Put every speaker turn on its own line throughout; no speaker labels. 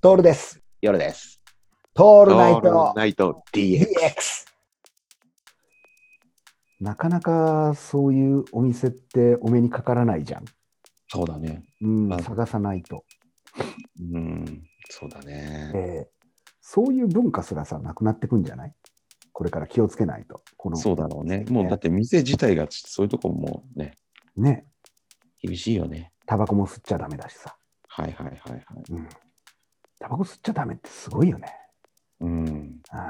トールです。
夜です。
ト
オ
ールナイト
ナイト
DX。
DX。
なかなかそういうお店ってお目にかからないじゃん。
そうだね。
うん
ま、あ
探さないと。
うん。そうだね。
でそういう文化すらさ、なくなってくんじゃないこれから気をつけないと。この
そうだろうね。もうだって店自体がそういうとこもね、
ね、
厳しいよね。
タバコも吸っちゃダメだしさ。
はいはいはいはい。
うん。タバコ吸っちゃダメってすごいよね。
うん。
あ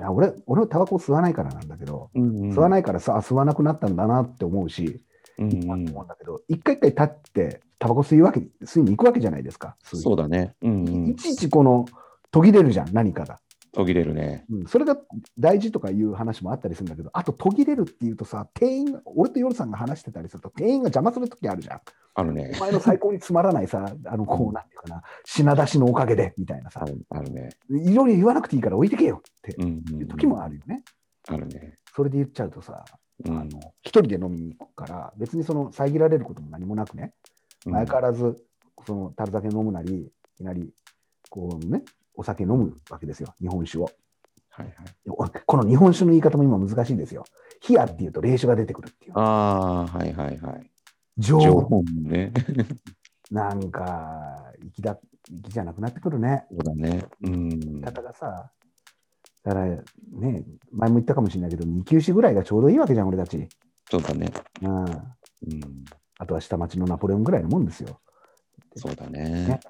ー俺、俺はタバコ吸わないからなんだけど、
吸
吸わ
い。
ないからさ、あ吸わなくなったんだなって思うし、
うん
な
うんん
て思うんだけど、一回一回立って、タバコ吸いわけに吸いに行くわけじゃないですか。吸い
そうだね。うんうん
い。ちいちこの途切れるじゃん、何かが。
途切れるね。
うん、それが大事とかいう話もあったりするんだけど、あと途切れるっていうとさ、店員が、俺と夜さんが話してたりすると、店員が邪魔するときあるじゃん。
ある
お
ね。
前の最高につまらないさ、 あの、こうなんていうかな、品出しのおかげで、みたいなさ
あ、るあるね。
いろいろ言わなくていいから置いてけよって
うんうんうん
いう時もあるよね。
あるね。
それで言っちゃうとさ、
う
あ
ん
の、一人で飲みに行くから、別にその遮られることも何もなくね、相変わらず、その、樽酒飲むなり、いきなり、こうね、お酒飲むわけですよ、日本酒を。
はいはい。
おこの日本酒の言い方も今難しいですよ。冷やっていうと冷酒が出てくるっていう。
ああ、はいはいはい。
情
情報もね。
なんか、粋だ、粋じゃなくなってくるね。
そうだね。うん。
言い方がさ。だからね、前も言ったかもしれないけど、二級酒ぐらいがちょうどいいわけじゃん、俺たち。
そうだね。
うん。
うん。
あとは下町のナポレオンぐらいのもんですよ。
そうだ
ね
ね。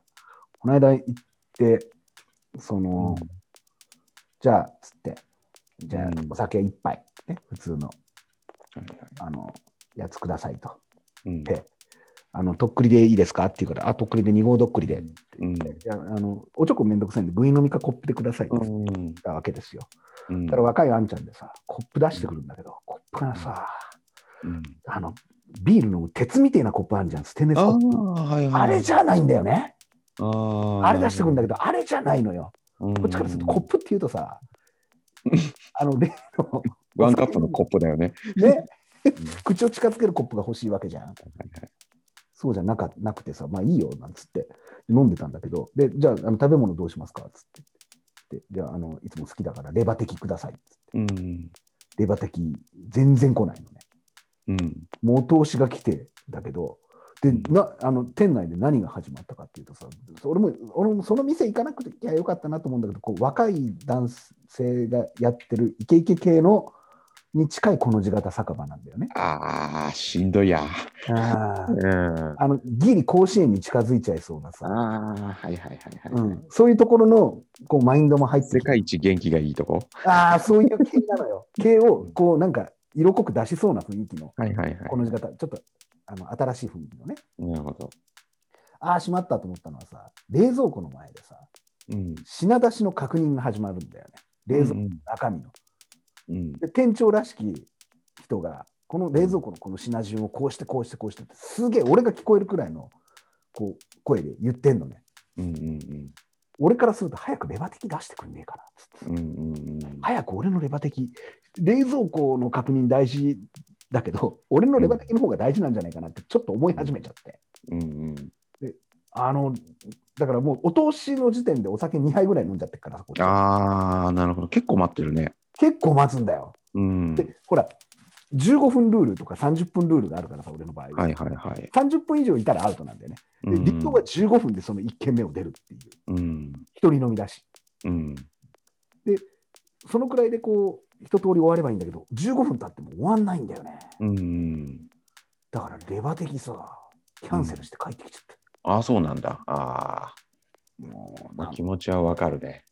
この間行って、その、じゃあ、つって、じゃあ
うん
お酒一杯、ね、普通の、
はい
あの、やつくださいと。
はい
であの、とっくりでいいですかって言うから、あ、とっくりで2号どっくりで。
うん。
いやあのおちょこめんどくさいんで、ぐい飲みかコップでくださいって言っ
うん。
たわけですよ。
うん
だから若いあんちゃんでさ、コップ出してくるんだけど、コップがさ、
うん
あの、ビールの鉄みたいなコップあるじゃん、ステンレス
ああ
コップ。
はいはい。
あれじゃないんだよね。
あー
あれ出してくるんだけど、あれじゃないのよ。
うん
こっちからすると、コップって言うとさ、あの、例の、
ワンカップのコップだよね。
ね、口を近づけるコップが欲しいわけじゃん。
はいはい
そうじゃなかなくてさ、まあいいよ、なんつって、飲んでたんだけど、で、じゃあ、あの食べ物どうしますかつって。で、じゃあ、あの、いつも好きだから、レバテキください。
うん。
レバテキ、全然来ないのね。
うん。
もう通しが来て、だけど、で、
うん
な、あの、店内で何が始まったかっていうとさ、俺も、俺もその店行かなくていやよかったなと思うんだけど、こう、若い男性がやってるイケイケ系の、に近いこの字型酒場なんだよね。
ああ、しんどいや。
あー
うん。あ
あの、ギリ甲子園に近づいちゃいそうなさ。
あ、はいはいはいは
う
い。
ん、そういうところのこうマインドも入ってき
世
て
界一元気がいいとこ。
ああそういう系なのよ系をこうなんか色濃く出しそうな雰囲気の
はいはいはい
こ。の字型ちょっとあの新しい雰囲気のね
なるほど。
ああしまったと思ったのはさ冷蔵庫の前でさ
うん。
品出しの確認が始まるんだよね冷蔵庫の中身の、
うん。
で店長らしき人がこの冷蔵庫のこの品順をこうしてこうしてこうしてってすげえ俺が聞こえるくらいのこう声で言ってんのね
うんうんうん
俺からすると早くレバテキ出してくんねえかなっつって
うんうんうん。
早く俺のレバ的冷蔵庫の確認大事だけど俺のレバ的の方が大事なんじゃないかなってちょっと思い始めちゃって、
うんうん。
あのだからもうお通しの時点でお酒2杯ぐらい飲んじゃってっからこっち
ああ、なるほど。結構待ってるね。
結構待つんだよ
うん。
でほら15分ルールとか30分ルールがあるからさ俺の場合は、
はいはいはい。
30分以上いたらアウトなんだよねで
うん
立冬は15分でその1軒目を出るっていう
うん。
一人飲みだし
うん。
そのくらいでこう一通り終わればいいんだけど15分経っても終わんないんだよね
うん。
だからレバ的さキャンセルして帰ってきちゃった
ああ、そうなんだ。ああ。
もう
ま
な
あ、
ん
気持ちはわかるね。